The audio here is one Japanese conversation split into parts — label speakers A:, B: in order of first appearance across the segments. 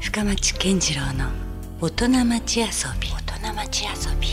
A: 深町健次郎の大人町遊び大人町遊び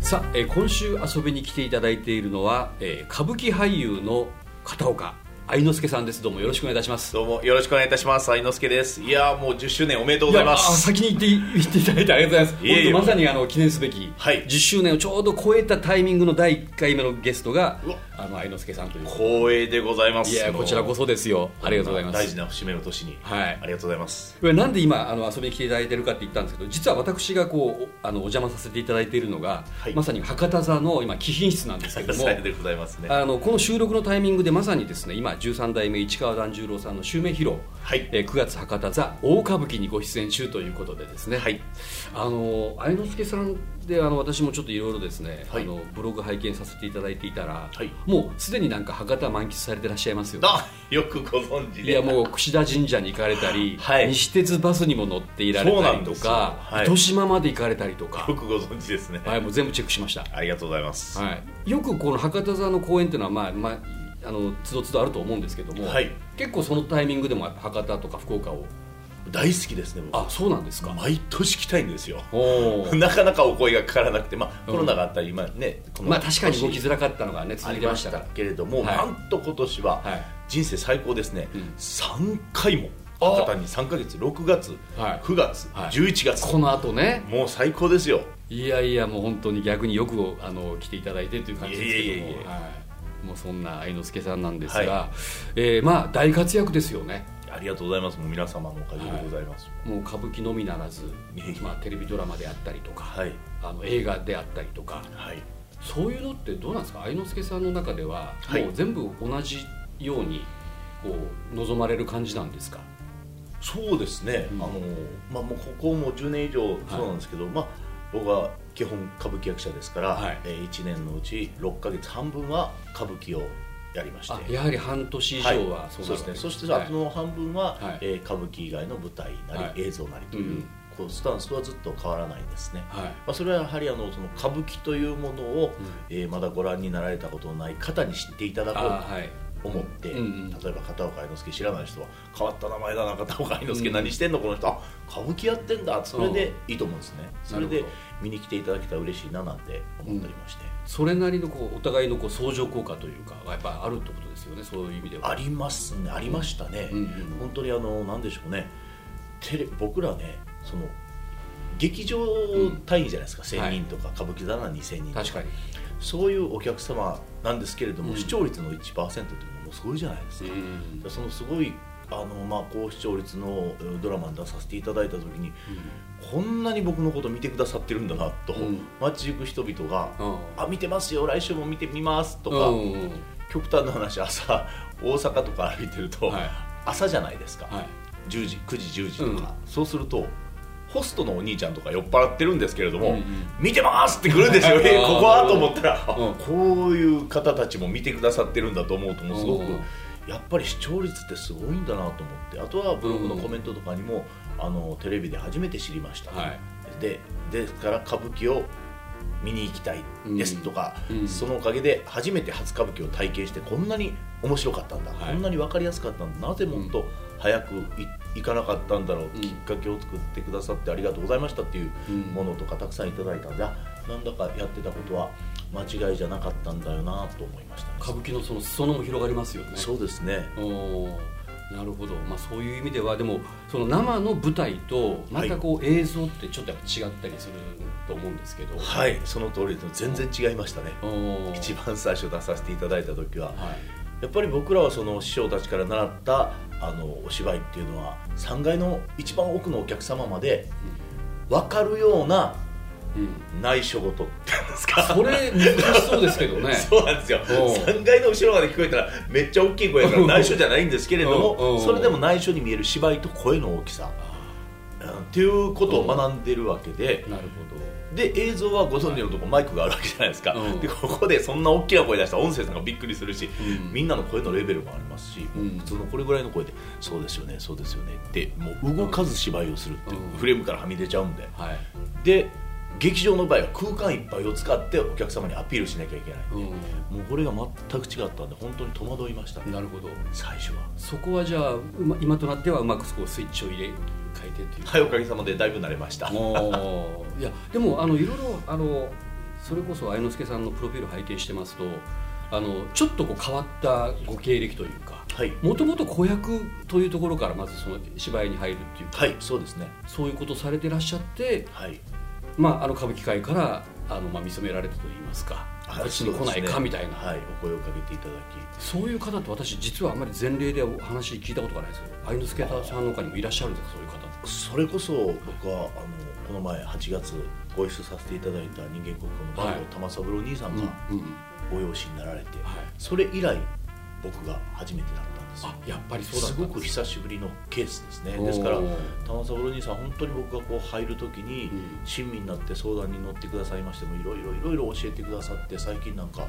B: さあ、えー今週遊びに来ていただいているのは、えー歌舞伎俳優の片岡愛之助さんですどうもよろしくお願いいたします
C: どうもよろしくお願いいたします愛之助ですいやーもう10周年おめでとうございま
B: いやあ
C: す
B: 先に言って言っていただいてありがとうございます
C: いえい
B: 本
C: え
B: 当まさにあの記念すべき、
C: はい
B: 10周年をちょうど超えたタイミングの第1回目のゲストが
C: うわ
B: あの愛之助さんという
C: 光栄でございます
B: いやこちらこそですよありがとうございます
C: 大事な節目の年に
B: はい
C: ありがとうございます
B: これなんで今あの遊びに来ていただいてるかって言ったんですけど実は私がこうおあのお邪魔させていただいているのが、
C: はい
B: まさに博多座の今貴賓室なんですけども
C: さようでございますね
B: あのこの収録のタイミングでまさにですね今13代目市川團十郎さんの襲名披露、
C: はい
B: えー9月博多座大歌舞伎にご出演中ということでですね、
C: はい
B: あの愛之助さんであの私もちょっといろいろですね、
C: はい
B: あのブログ拝見させていただいていたら、
C: はい
B: もうすでになんか博多満喫されてらっしゃいますよね
C: あよくご存知で
B: いやもう櫛田神社に行かれたり、
C: はい
B: 西鉄バスにも乗っていられ
C: そ
B: た
C: うな
B: り
C: ん
B: と
C: ですよ
B: か、
C: はい
B: 糸島まで行かれたりとか
C: よ、くご存知ですね
B: はい、もう全部チェックしました
C: ありがとうございます
B: はい、よくこの博多座の公演っていうのは、まあまあ、あのつどつどあると思うんですけども、
C: はい
B: 結構そのタイミングでも博多とか福岡を
C: 大好きですね僕
B: あそうなんですか、
C: 毎年来たいんですよ
B: おお
C: なかなかお声がかからなくてまあ
B: うん
C: コロナがあったり今ねこの
B: まあ確かに動き
C: 年
B: づらかったのがね続
C: あ
B: い
C: り
B: てま
C: ま
B: し
C: した
B: か
C: た
B: ら
C: けれども
B: はい
C: なんと今年は
B: はい
C: 人生最高ですね、
B: うん
C: 3回も
B: あ
C: 博多に3か月6月、
B: はい
C: 9月、
B: はい
C: 11月
B: この後ね
C: もう最高ですよ
B: いやいやもう本当に逆によくあの来ていただいてという感じですけども
C: いえいえいえいえ
B: はい、もうそんな愛之助さんなんですが、
C: は
B: えーまあ大活躍ですよね
C: ありがとうございますもう皆様のおかげでございます
B: もう歌舞伎のみならず
C: いえいえ、
B: まあ、テレビドラマであったりとか、
C: はい
B: あの映画であったりとか
C: はい、
B: そういうのってどうなんですか愛之助さんの中では、
C: はい
B: もう全部同じようにこう望まれる感じなんですか
C: そうですね、
B: うん
C: あのまあもうここもう10年以上そうなんですけど、まあ僕は基本歌舞伎役者ですから、
B: はい
C: え1年のうち6か月半分は歌舞伎をやりまして
B: あやはり半年以上は
C: そ
B: そううな
C: です
B: る
C: ね
B: わけ
C: そして
B: はい
C: あとの半分は、
B: はい
C: えー歌舞伎以外の舞台なり、
B: はい、
C: 映像なりといううんこうスタンスはずっと変わらないんですね、
B: はい
C: まあ、それはやはりあのその歌舞伎というものを、えーまだご覧になられたことのない方に知っていただこ
B: あ
C: う
B: ーはい
C: と思って、
B: うんうん
C: 例えば片岡愛之助知らない人は変わった名前だな片岡愛之助何してんのこの人あ歌舞伎やってんだそれでいいと思うんですねそれ
B: なる
C: で
B: ほど
C: 見に来ていただけたら嬉しいななんて思っておりまして、
B: それなりのこうお互いのこう相乗効果というかがやっぱあるってことですよねそういう意味では
C: ありますねありましたね、
B: うんうん
C: 本当にあの何でしょうねテレ僕らねその劇場単位じゃないですか、1000人とか、歌舞伎座なら2000人と
B: 確かに
C: そういうお客様なんですけれども、
B: うん
C: 視聴率の1%ってものすごいじゃないですか、
B: うん
C: そのすごいあの、まあ、高視聴率のえードラマに出させていただいた時に、こんなに僕のこと見てくださってるんだなと、
B: うん
C: 街行く人々が「
B: うん
C: あ見てますよ来週も見てみます」とか、
B: うんうん
C: 極端な話朝大阪とか歩いてると、
B: はい
C: 朝じゃないですか、
B: はい
C: 10時9時10時とか、そうするとホストのお兄ちゃんとか酔っ払ってるんですけれども、
B: うんうん
C: 見てますって来るん ですよ、えここはと思ったら、あ
B: うん
C: こういう方たちも見てくださってるんだと思うともうすごく、
B: うん
C: やっぱり視聴率ってすごいんだなと思ってあとはブログのコメントとかにも、あのテレビで初めて知りました、
B: はい
C: でですから歌舞伎を見に行きたいですとか、
B: うんうん
C: そのおかげで初めて初歌舞伎を体験してこんなに面白かったんだ、
B: はい
C: こんなに分かりやすかったんだなぜもっと早くい行かなかったんだろう、
B: ん
C: きっかけを作ってくださってありがとうございましたっていう
B: うん
C: ものとかたくさんいただいたんで、あなんだかやってたことは間違いじゃなかったんだよなと思いましたね、
B: 歌舞伎のその裾野も広がりますよね
C: そうですね
B: おーなるほど、まあ、そういう意味ではでもその生の舞台とまたこう映像ってちょっとやっぱ違ったりすると思うんですけど、
C: はいその通りです全然違いましたね、
B: おー
C: 一番最初出させていただいた時は、
B: はい
C: やっぱり僕らはその師匠たちから習ったあのお芝居っていうのは3階の一番奥のお客様まで分かるような
B: うん、
C: 内緒事って言うんですか
B: それ難しそうですけどね
C: そうなんですよ
B: おう
C: 3階の後ろまで聞こえたらめっちゃ大きい声 やから内緒じゃないんですけれど
B: おうお
C: も
B: う
C: それでも内緒に見える芝居と声の大きさうんっていうことを学んでるわけで
B: なるほど
C: で映像はご存知のとこマイクがあるわけじゃないですか、
B: うん
C: でここでそんな大きな声出したら音声さんがびっくりするし、
B: うん
C: みんなの声のレベルもありますし、
B: うん
C: 普通のこれぐらいの声で「そうですよねそうですよね」ってもう動かず芝居をするっていう、
B: うん
C: フレームからはみ出ちゃうんで
B: はい
C: で劇場の場合は空間いっぱいを使ってお客様にアピールしなきゃいけないもうこれが全く違ったんで本当に戸惑いました
B: うんなるほど
C: 最初は
B: そこはじゃあうま今となってはうまくそこをスイッチを入れ変えてっていう
C: はいおかげさまでだいぶ慣れました
B: もういやでもあのいろいろあのそれこそ愛之助さんのプロフィール拝見してますとあのちょっとこう変わったご経歴というか
C: はい
B: もともと子役というところからまずその芝居に入るっていうか
C: はいそうですね
B: そういうことをされてらっしゃって、
C: はい
B: まあ、あの歌舞伎界からあの、まあ、見初められたといいますかこっちに来ないかみたいな
C: はいお声をかけていただ
B: そういう方って私実はあんまり前例でお話聞いたことがないんですけど愛之助さんの他にもいらっしゃるんですかそういう方って
C: きそれこそ僕はあのこの前8月ご一緒させていただいた人間国宝のバル
B: はい
C: コ玉三郎兄さんが
B: うんうん
C: ご養子になられて、
B: はい、
C: それ以来僕が初めてだったんですよ
B: あやっぱりそうだっ
C: す
B: た
C: ご
B: ん
C: く
B: です
C: 久しぶりのケースですねですから
B: おー
C: 玉三郎兄さん本当に僕がこう入る時に
B: うん
C: 親身になって相談に乗ってくださいましてもいろいろいろいろ教えてくださって最近なんか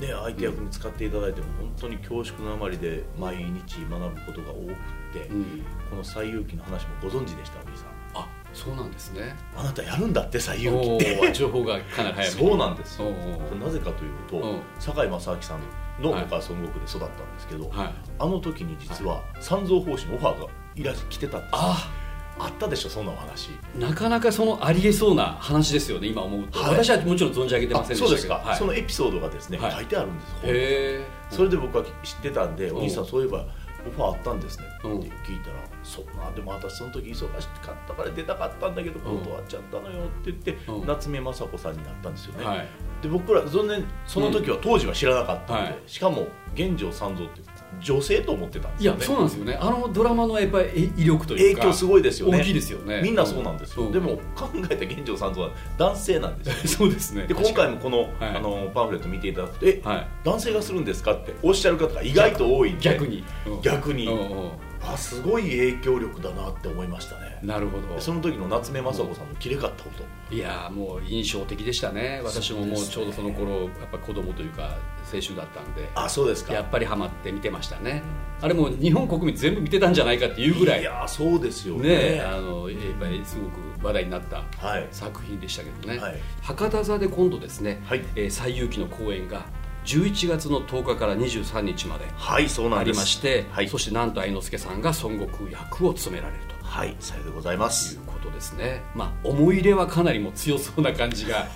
C: ね、相手役に使っていただいても本当に恐縮のあまりで毎日学ぶことが多くって、
B: うんうん
C: この最有機の話もご存知でしたおじさん
B: あそうなんですね
C: あなたやるんだって最有機
B: お
C: っ
B: ー
C: て
B: 情報がかなり早めに
C: そうなんです
B: お
C: よ
B: ー
C: なぜかというと、
B: うん
C: 堺正明さんの
B: はい
C: 僕は孫悟空で育ったんですけど、
B: はい
C: あの時に実は三蔵法師のオファーがいらし来てたんです
B: あ
C: あったでしょそんなお話
B: なかなかそのありえそうな話ですよね今思うと、
C: はい
B: 私はもちろん存じ上げてま
C: あ
B: せんでしたけど
C: そうですか、
B: はい、
C: そのエピソードがですね、
B: はい
C: 書いてあるんです本
B: へ
C: に
B: え
C: それで僕は知ってたんで「
B: うん
C: お兄さんそういえばオファーあったんですね」って
B: うん
C: 聞いたら「そうなんでも私その時忙しかったから出たかったんだけど
B: うん
C: 断っちゃったのよ」って言って、
B: うん
C: 夏目雅子さんになったんですよね、
B: はい
C: で僕ら全然その時は当時は知らなかったんで、
B: はい
C: しかも玄城三蔵って女性と思ってたんで
B: い
C: すよ
B: や
C: ね
B: そうなんですよねあのドラマのやっぱりえ威力とい
C: 影
B: うか
C: 響すごいですよね
B: 大きいですよね
C: みんなそうなんですよ、
B: う
C: でも考えた玄城三蔵は男性なんですよ
B: そうですね
C: で今回もこの,、
B: はい
C: あのパンフレット見ていただくと「え、
B: はい
C: 男性がするんですか?」っておっしゃる方が意外と多いんで
B: 逆にうん
C: 逆に
B: うんうん
C: あすごい影響力だなって思いましたね
B: なるほ
C: で
B: ど
C: その時の夏目雅子さんのきれかったこと、
B: いやーもう印象的でしたね私ももうちょうどその頃やっぱ子供というか青春だったんで
C: あそうですか
B: やっぱりハマって見てましたねあれもう日本国民全部見てたんじゃないかっていうぐらい
C: やそうですよね
B: ねあのやっぱりすごく話題になった
C: はい
B: 作品でしたけどね、
C: はい
B: 博多座で今度ですね
C: はい
B: 「えー西遊記」の公演が11月の10日から23日まで
C: はいそうな
B: あ
C: んで
B: り
C: す
B: まして、
C: はい
B: そしてなんと愛之助さんが孫悟空役を務められると
C: はいさようでございま
B: い
C: す
B: うことですね、まあ、思い入れはかなりもう強そうな感じ が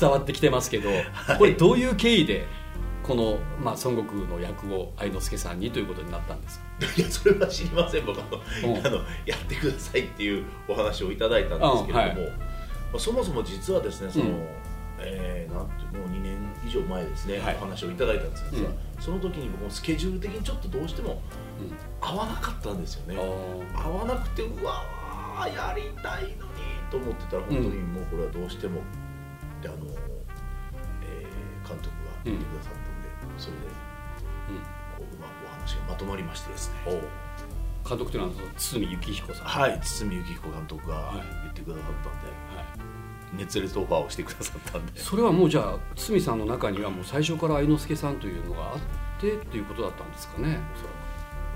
B: 伝わってきてますけど、これどういう経緯でこの、まあ、孫悟空の役を愛之助さんにということになったんですか
C: いやそれは知りません僕も
B: うん
C: あのやってくださいっていうお話をいただいたんですけれども、まあそもそも実はですねその、
B: うん
C: えーなんてもう2年以上前ですね、
B: はい
C: お話をいただいたんですが、実は
B: うん
C: その時に僕もスケジュール的にちょっとどうしても合わなかったんですよね、合わなくてうわーやりたいのにと思ってたら本当にもうこれはどうしても、であの、えー監督が言ってくださったんで、それでこううまくお話がまとまりましてですね
B: うんうんお監督というのはその堤幸彦さん、
C: はい堤幸彦監督が
B: はい
C: 言ってくださったんで、
B: はい
C: 熱烈オファーをしてくださったんで
B: それはもうじゃあ堤さんの中にはもう最初から愛之助さんというのがあってっていうことだったんですかね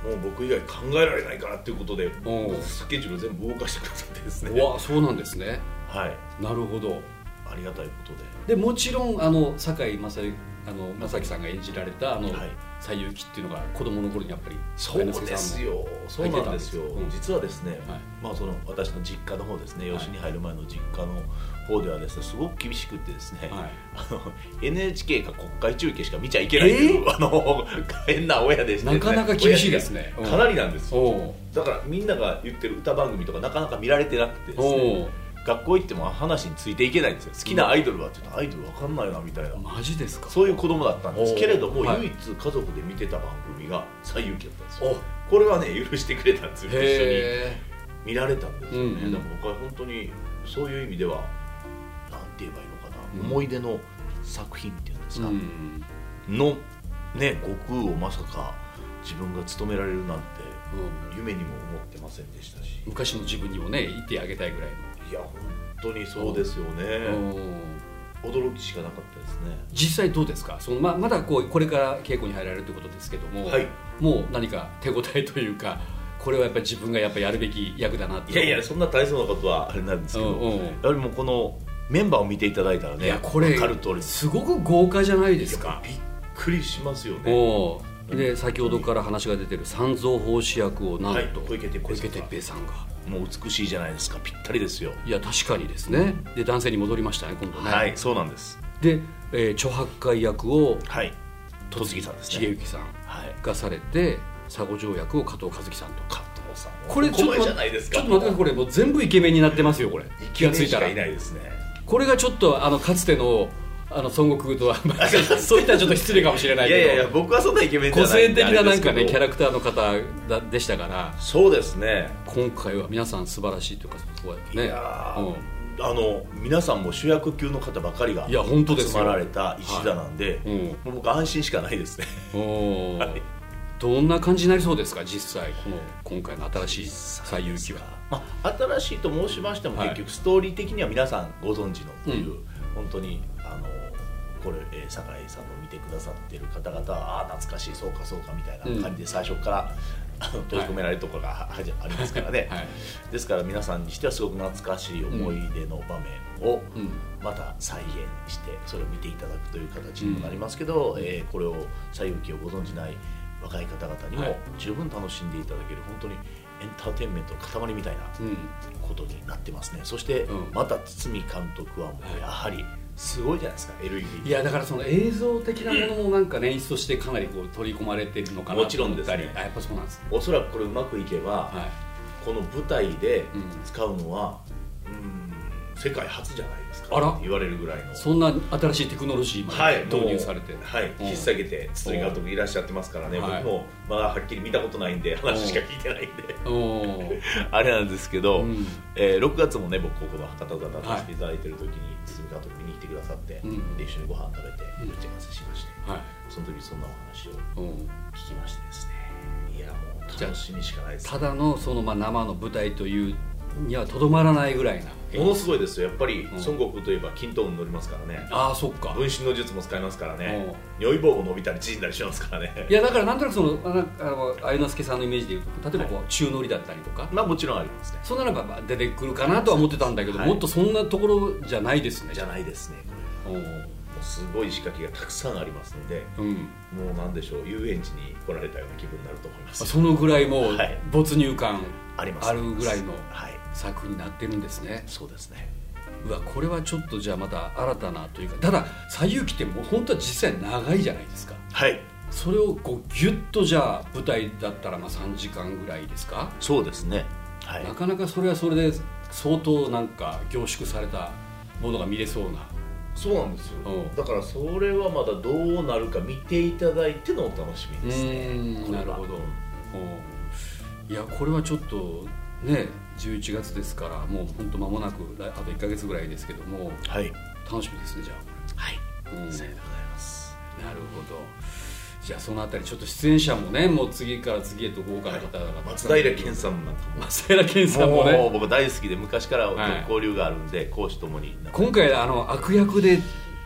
C: もう僕以外考えられないからっていうことで
B: おう
C: スケジュール全部動かしてくださってです
B: おそら
C: ね
B: くうわそうなんですね
C: はい
B: なるほど
C: ありがたいこと
B: で
C: で
B: もちろんあの堺正幸あの正樹さんが演じられたあの
C: はい
B: 西遊記っていうのが子供の頃にやっぱり
C: そうですよそうなんですよ、
B: 入ってたんです
C: 実はですね、
B: はい
C: まあその私の実家の方ですね
B: はい
C: 養子に入る前の実家の方ではですねすごく厳しくってですね、
B: はい
C: あの NHK か国会中継しか見ちゃいけないという、あの変な親でして
B: なかなか厳しいですね
C: 親がかなりなんですよ
B: おお
C: だからみんなが言ってる歌番組とかなかなか見られてなくてで
B: お
C: すね
B: お
C: 学校行っても話についていけないんですよ好きなアイドルはって言うとアイドルわかんないなみたいな
B: マジですか
C: そういう子供だったんですけれども、
B: おーはい
C: 唯一家族で見てた番組が「西遊記」だったんですよ
B: お
C: これはね許してくれたんですよ一緒に
B: へ
C: 見られたんですよ
B: う
C: ね、
B: んうん
C: だから僕は本当にそういう意味ではなんて言えばいいのかな、
B: うん
C: 思い出の作品っていうんです
B: え
C: か、
B: うん
C: のね悟空をまさか自分が務められるなんて
B: うん
C: 夢にも思ってませんでしたし
B: 昔の自分にもね言ってあげたいぐらい
C: いや本当にそうですよね、
B: のおお
C: 驚きしかなかったですね
B: 実際どうですかそのままだこうこれから稽古に入られるということですけども、
C: はい
B: もう何か手応えというかこれはやっぱり自分がやっぱやるべき役だなって
C: いやいやそんな大層なことはあれなんですけど、
B: うんうん
C: やはりもうこのメンバーを見ていただいたらね
B: いやこれ
C: 分かる通りです
B: すごく豪華じゃないですか
C: びっくりしますよね
B: おうで先ほどから話が出てる三蔵法師役をなんと、
C: はい小池徹平さんが
B: 平さんが
C: もう美しいじゃないですかぴったりですよ
B: いや確かにですねで男性に戻りましたね今度ね、
C: はいそうなんです
B: で、えー、著白海役を
C: はい戸次さんです
B: 重
C: ね
B: 幸さん
C: はい
B: がされて佐護条役を加藤和樹さんと
C: 加藤さん
B: これちょっと
C: お前じゃないです
B: ち
C: か
B: ょっと待ってこれもう全部イケメンになってますよこれ気がついたら
C: イケメンしかいないですね
B: これがちょっとあのかつてのあの孫悟空とはそういったら ちょっと失礼かもしれない
C: い
B: けど
C: やいやいや僕はそんなイケメンじゃ
B: 個
C: ない
B: 性
C: ん
B: 的
C: で
B: ななんか
C: あれ
B: ね
C: で
B: キ
C: すけ
B: ャ
C: ど
B: ラクターの方だでしたから
C: そうですね
B: 今回は皆さん素晴らしいというかそうやね
C: いやー
B: うん
C: あの皆さんも主役級の方ばかりが
B: いや本当ですよ
C: 集まられた一座なんで、
B: いうん
C: もう僕安心しかないですね
B: おー
C: はい
B: どんな感じになりそうですか実際この今回の新しい最優記は
C: まあ、新しいと申しましても、
B: はい
C: 結局ストーリー的には皆さんご存知のという、
B: う
C: 本当にあのこれ、えー酒井さんの見てくださってる方々はああ懐かしいそうかそうかみたいな感じで最初から、あの閉じ込められるところがははじありますからね、
B: はい
C: ですから皆さんにしてはすごく懐かしい思い出の場面を
B: うん
C: また再現してそれを見ていただくという形にもなりますけど、えーこれを西遊記をご存じない若い方々に
B: は
C: も
B: い
C: 十分楽しんでいただける本当にエンターテインメントの塊みたいな
B: うん
C: ことになってますねそして
B: うん
C: また堤監督はもうやはりすごいじゃないですか LED
B: いやだからその映像的なものもなんかね演出としてかなりこう取り込まれてるのかな
C: もちろんですね
B: と思ったりあやっぱそうなんですね
C: おそらくこれうまくいけば、
B: はい
C: この舞台で
B: うん
C: 使うのは、うん、世界初じゃないですか
B: あら
C: って言われるぐらいの
B: そんな新しいテクノロジーま
C: はい
B: で、導入されて、
C: もうは
B: う
C: い、
B: ん
C: 引っ提げて筒井監督いらっしゃってますからね、
B: はい
C: 僕もまだはっきり見たことないんで話しか聞いてないんで
B: おー
C: あれなんですけど、
B: うん
C: えー6月もね僕ここの博多座でさせていただいてる時に筒井監督見に来てくださって、
B: うん
C: で一緒にご飯食べて
B: うん
C: 打ち合わせしまして、
B: はい
C: その時そんなお話を
B: うん
C: 聞きましてですねいやもう楽しみしかないです
B: ただのそのまあ生の舞台というにはとどまらないぐらいな
C: ものすごいですよやっぱ
B: ん
C: り孫悟空といえば均等に乗りますからね
B: ああそっか
C: 分身の術も使いますからね如意棒も伸びたり縮んだりしますからね
B: いやだからなんとなくそのあなあの愛之助さんのイメージでいうと例えばこう中乗りだったりとか、
C: まあもちろんありますね
B: そんなのがまあ出てくるかなとは思ってたんだけど、
C: はい
B: もっとそんなところじゃないですね
C: じゃないですねこれ
B: おー
C: もうすごい仕掛けがたくさんありますので
B: うん
C: もうなんでしょう遊園地に来られたような気分になると思います
B: そのぐらいもう
C: はい
B: 没入感
C: あります
B: あるぐらいの
C: はい
B: 作になってるんですね
C: そうですね
B: うわこれはちょっとじゃあまた新たなというかただ「西遊記」ってもう本当は実際長いじゃないですか
C: はい
B: それをこうギュッとじゃあ舞台だったらまあ3時間ぐらいですか、
C: そうですねはい
B: なかなかそれはそれで相当なんか凝縮されたものが見れそうな
C: そうなんですよ
B: うん
C: だからそれはまだどうなるか見ていただいてのお楽しみですねこ
B: な
C: れは
B: るほど、うんいやこれはちょっとね11月ですからもうほんと間もなく来あと1か月ぐらいですけども
C: はい
B: 楽しみですねじゃあ
C: はい
B: これ、うん
C: さようでございます
B: なるほどじゃあそのあたりちょっと出演者もねもう次から次へと豪華な方々が
C: 松平健さんなんかも
B: 松平健さんも
C: もう
B: ね
C: 僕大好きで昔から
B: はい
C: 交流があるんで講師ともに
B: 今回あの悪役で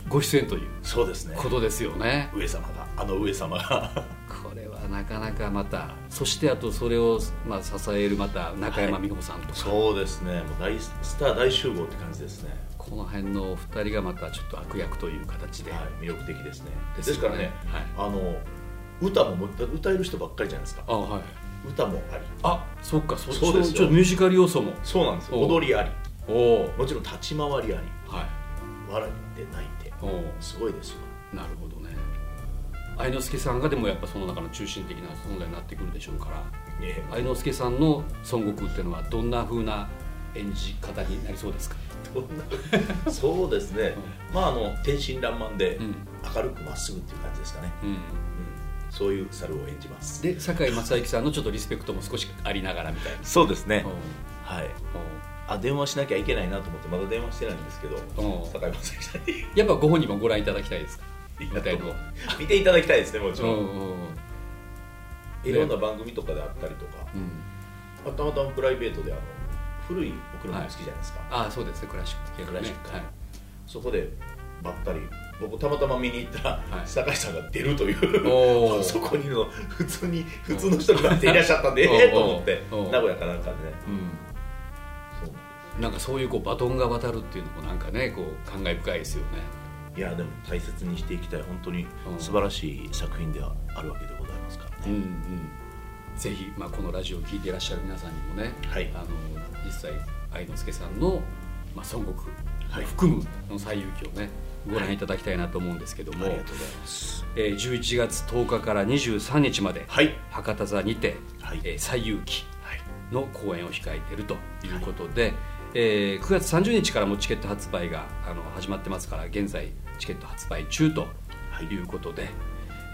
B: ご出演という
C: そうですね
B: ことですよね
C: 上様があの上様が
B: これはなかなかまたそしてあとそれを、まあ、支えるまた中山美穂さんとか、
C: そうですねもう大スター大集合って感じですね、
B: この辺のお二人がまたちょっと悪役という形で、
C: はい、魅力的ですね
B: で
C: です
B: よね
C: すからね、あの歌ももう歌える人ばっかりじゃないですか
B: あはい
C: 歌もあり
B: あそっかそ
C: そうですよ
B: ちょっとミュージカル要素も
C: そうなんですよ
B: おう
C: 踊りあり
B: おお
C: もちろん立ち回りあり
B: はい
C: 笑って泣いて
B: おお
C: すごいですよ
B: なるほどね愛之助さんがでもやっぱその中の中心的な存在になってくるでしょうから
C: ね
B: 愛之助さんの孫悟空っていうのはどんな風な演じ方になりそうですか、
C: どんな そうですね、まああの天真爛漫で
B: うん
C: 明るくまっすぐっていう感じですかね、
B: うん、
C: うん、そういう猿を演じます
B: で堺正行さんのちょっとリスペクトも少しありながらみたいな
C: そうですね
B: おう
C: はい
B: おう
C: あ電話しなきゃいけないなと思ってまだ電話してないんですけど
B: おう
C: 坂井正樹さんに
B: やっぱご本人もご覧いただきたいですか舞台の
C: 見ていただきたいですねもち
B: お
C: ろん、
B: うおう
C: いろんな番組とかであったりとか、
B: うん
C: あたまたまプライベートであの古いお車も好きじゃないですか、
B: ああそうですねクラシック系の
C: クラ
B: ね
C: シック
B: はい
C: そこでばったり僕たまたま見に行ったら、
B: はい
C: 坂井さんが出るという
B: おー
C: そこにの普通に普通の人がいらっしゃったんでええと思って
B: おうおう
C: 名古屋かなんかでね
B: うん
C: そうなんです
B: なんかそういうこうバトンが渡るっていうのもなんかねこう感慨深いですよね
C: いやでも大切にしていきたい本当に
B: うん
C: 素晴らしい作品ではあるわけでございますから
B: うんう
C: ね、
B: んぜひ、まあ、このラジオを聞いていらっしゃる皆さんにもね、
C: はい
B: あの実際愛之助さんの「まあ、孫悟空」
C: はい
B: 含むの最優記をねご覧いただきたいなと思うんですけども、
C: ありがとうございます
B: えー11月10日から23日まで、
C: はい
B: 博多座にて、
C: はい
B: えー最優記
C: はい
B: の公演を控えているということで、えー9月30日からもチケット発売があの始まってますから現在チケット発売中ということで、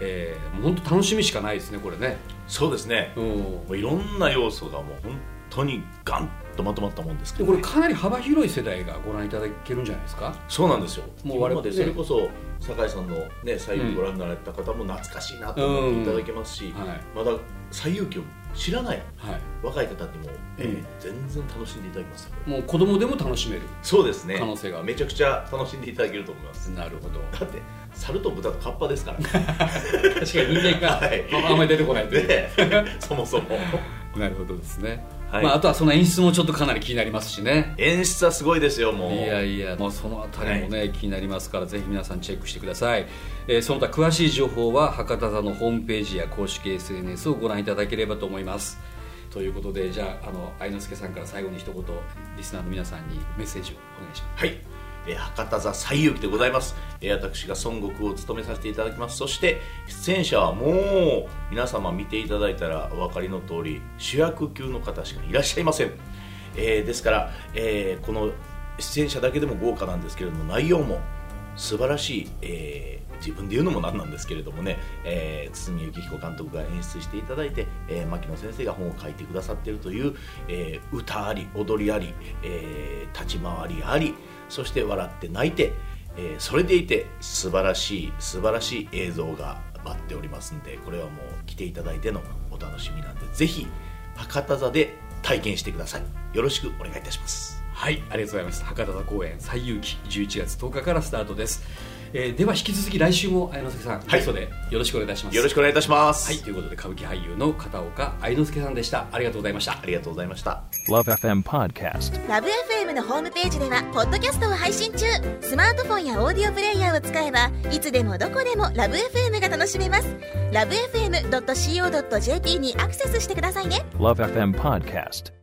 B: えーもう本当楽しみしかないですねこれね。
C: そうですね
B: うん
C: もういろんな要素がもう本当にガンとまとまったもんですけ
B: で
C: ど、
B: こ
C: ね
B: れ、かなり幅広い世代がご覧いただけるんじゃないですか。
C: そうなんですよ
B: もう
C: 今ま
B: 我々
C: で
B: ね
C: それこそ酒井さんのね最後ご覧になられた方も懐かしいなと思っていただけますし、
B: はい
C: まだ最遊記を知らない
B: はい。
C: 若い方にも、えー
B: うん
C: 全然楽しんでいただけますよ
B: もう子供でも楽しめる。
C: そうですね
B: 可能性がある
C: めちゃくちゃ楽しんでいただけると思います
B: なるほど。
C: だって猿と豚とカッパですから ね
B: 確かに人間 が、
C: はい
B: まああんまり出てこないという。
C: ねそもそも
B: なるほどですね。
C: はい
B: まああとはその演出もちょっとかなり気になりますしね。
C: 演出はすごいですよもう
B: いやいや、もうそのあたりもね、気になりますから、ぜひ皆さんチェックしてください。えーその他詳しい情報は博多座のホームページや公式 SNS をご覧いただければと思います。ということで、じゃあ、あの愛之助さんから最後に一言、リスナーの皆さんにメッセージをお願いします。
C: はい、えー博多座西遊記でございます、えー私が孫悟空を務めさせていただきますそして出演者はもう皆様見ていただいたらお分かりの通り主役級の方しかいらっしゃいません、えーですから、えーこの出演者だけでも豪華なんですけれども内容も素晴らしい、えー自分で言うのもなんなんですけれどもね、えー堤幸彦監督が演出していただいて、えー牧野先生が本を書いてくださっているという、えー歌あり踊りあり、えー立ち回りありそして笑って泣いて、えーそれでいて素晴らしい素晴らしい映像が待っておりますんでこれはもう来ていただいてのお楽しみなんでぜひ博多座で体験してくださいよろしくお願いいたします
B: はい、ありがとうございます。博多座公演最有期11月10日からスタートです。えーでは引き続き来週も愛之助さん、
C: は
B: ゲ
C: い
B: ストでよろしくお願いいたします。
C: よろしくお願いいたします、
B: はい、ということで歌舞伎俳優の片岡愛之助さんでした。ありがとうございました
C: あ。りがとうございました
D: Love FM Podcast.
E: ラブ f m のホームページではポッドキャストを配信中スマートフォンやオーディオプレイヤーを使えばいつでもどこでもラブ f m が楽しめますラブ FM.co.jp にアクセスしてくださいね
D: Love FM Podcast.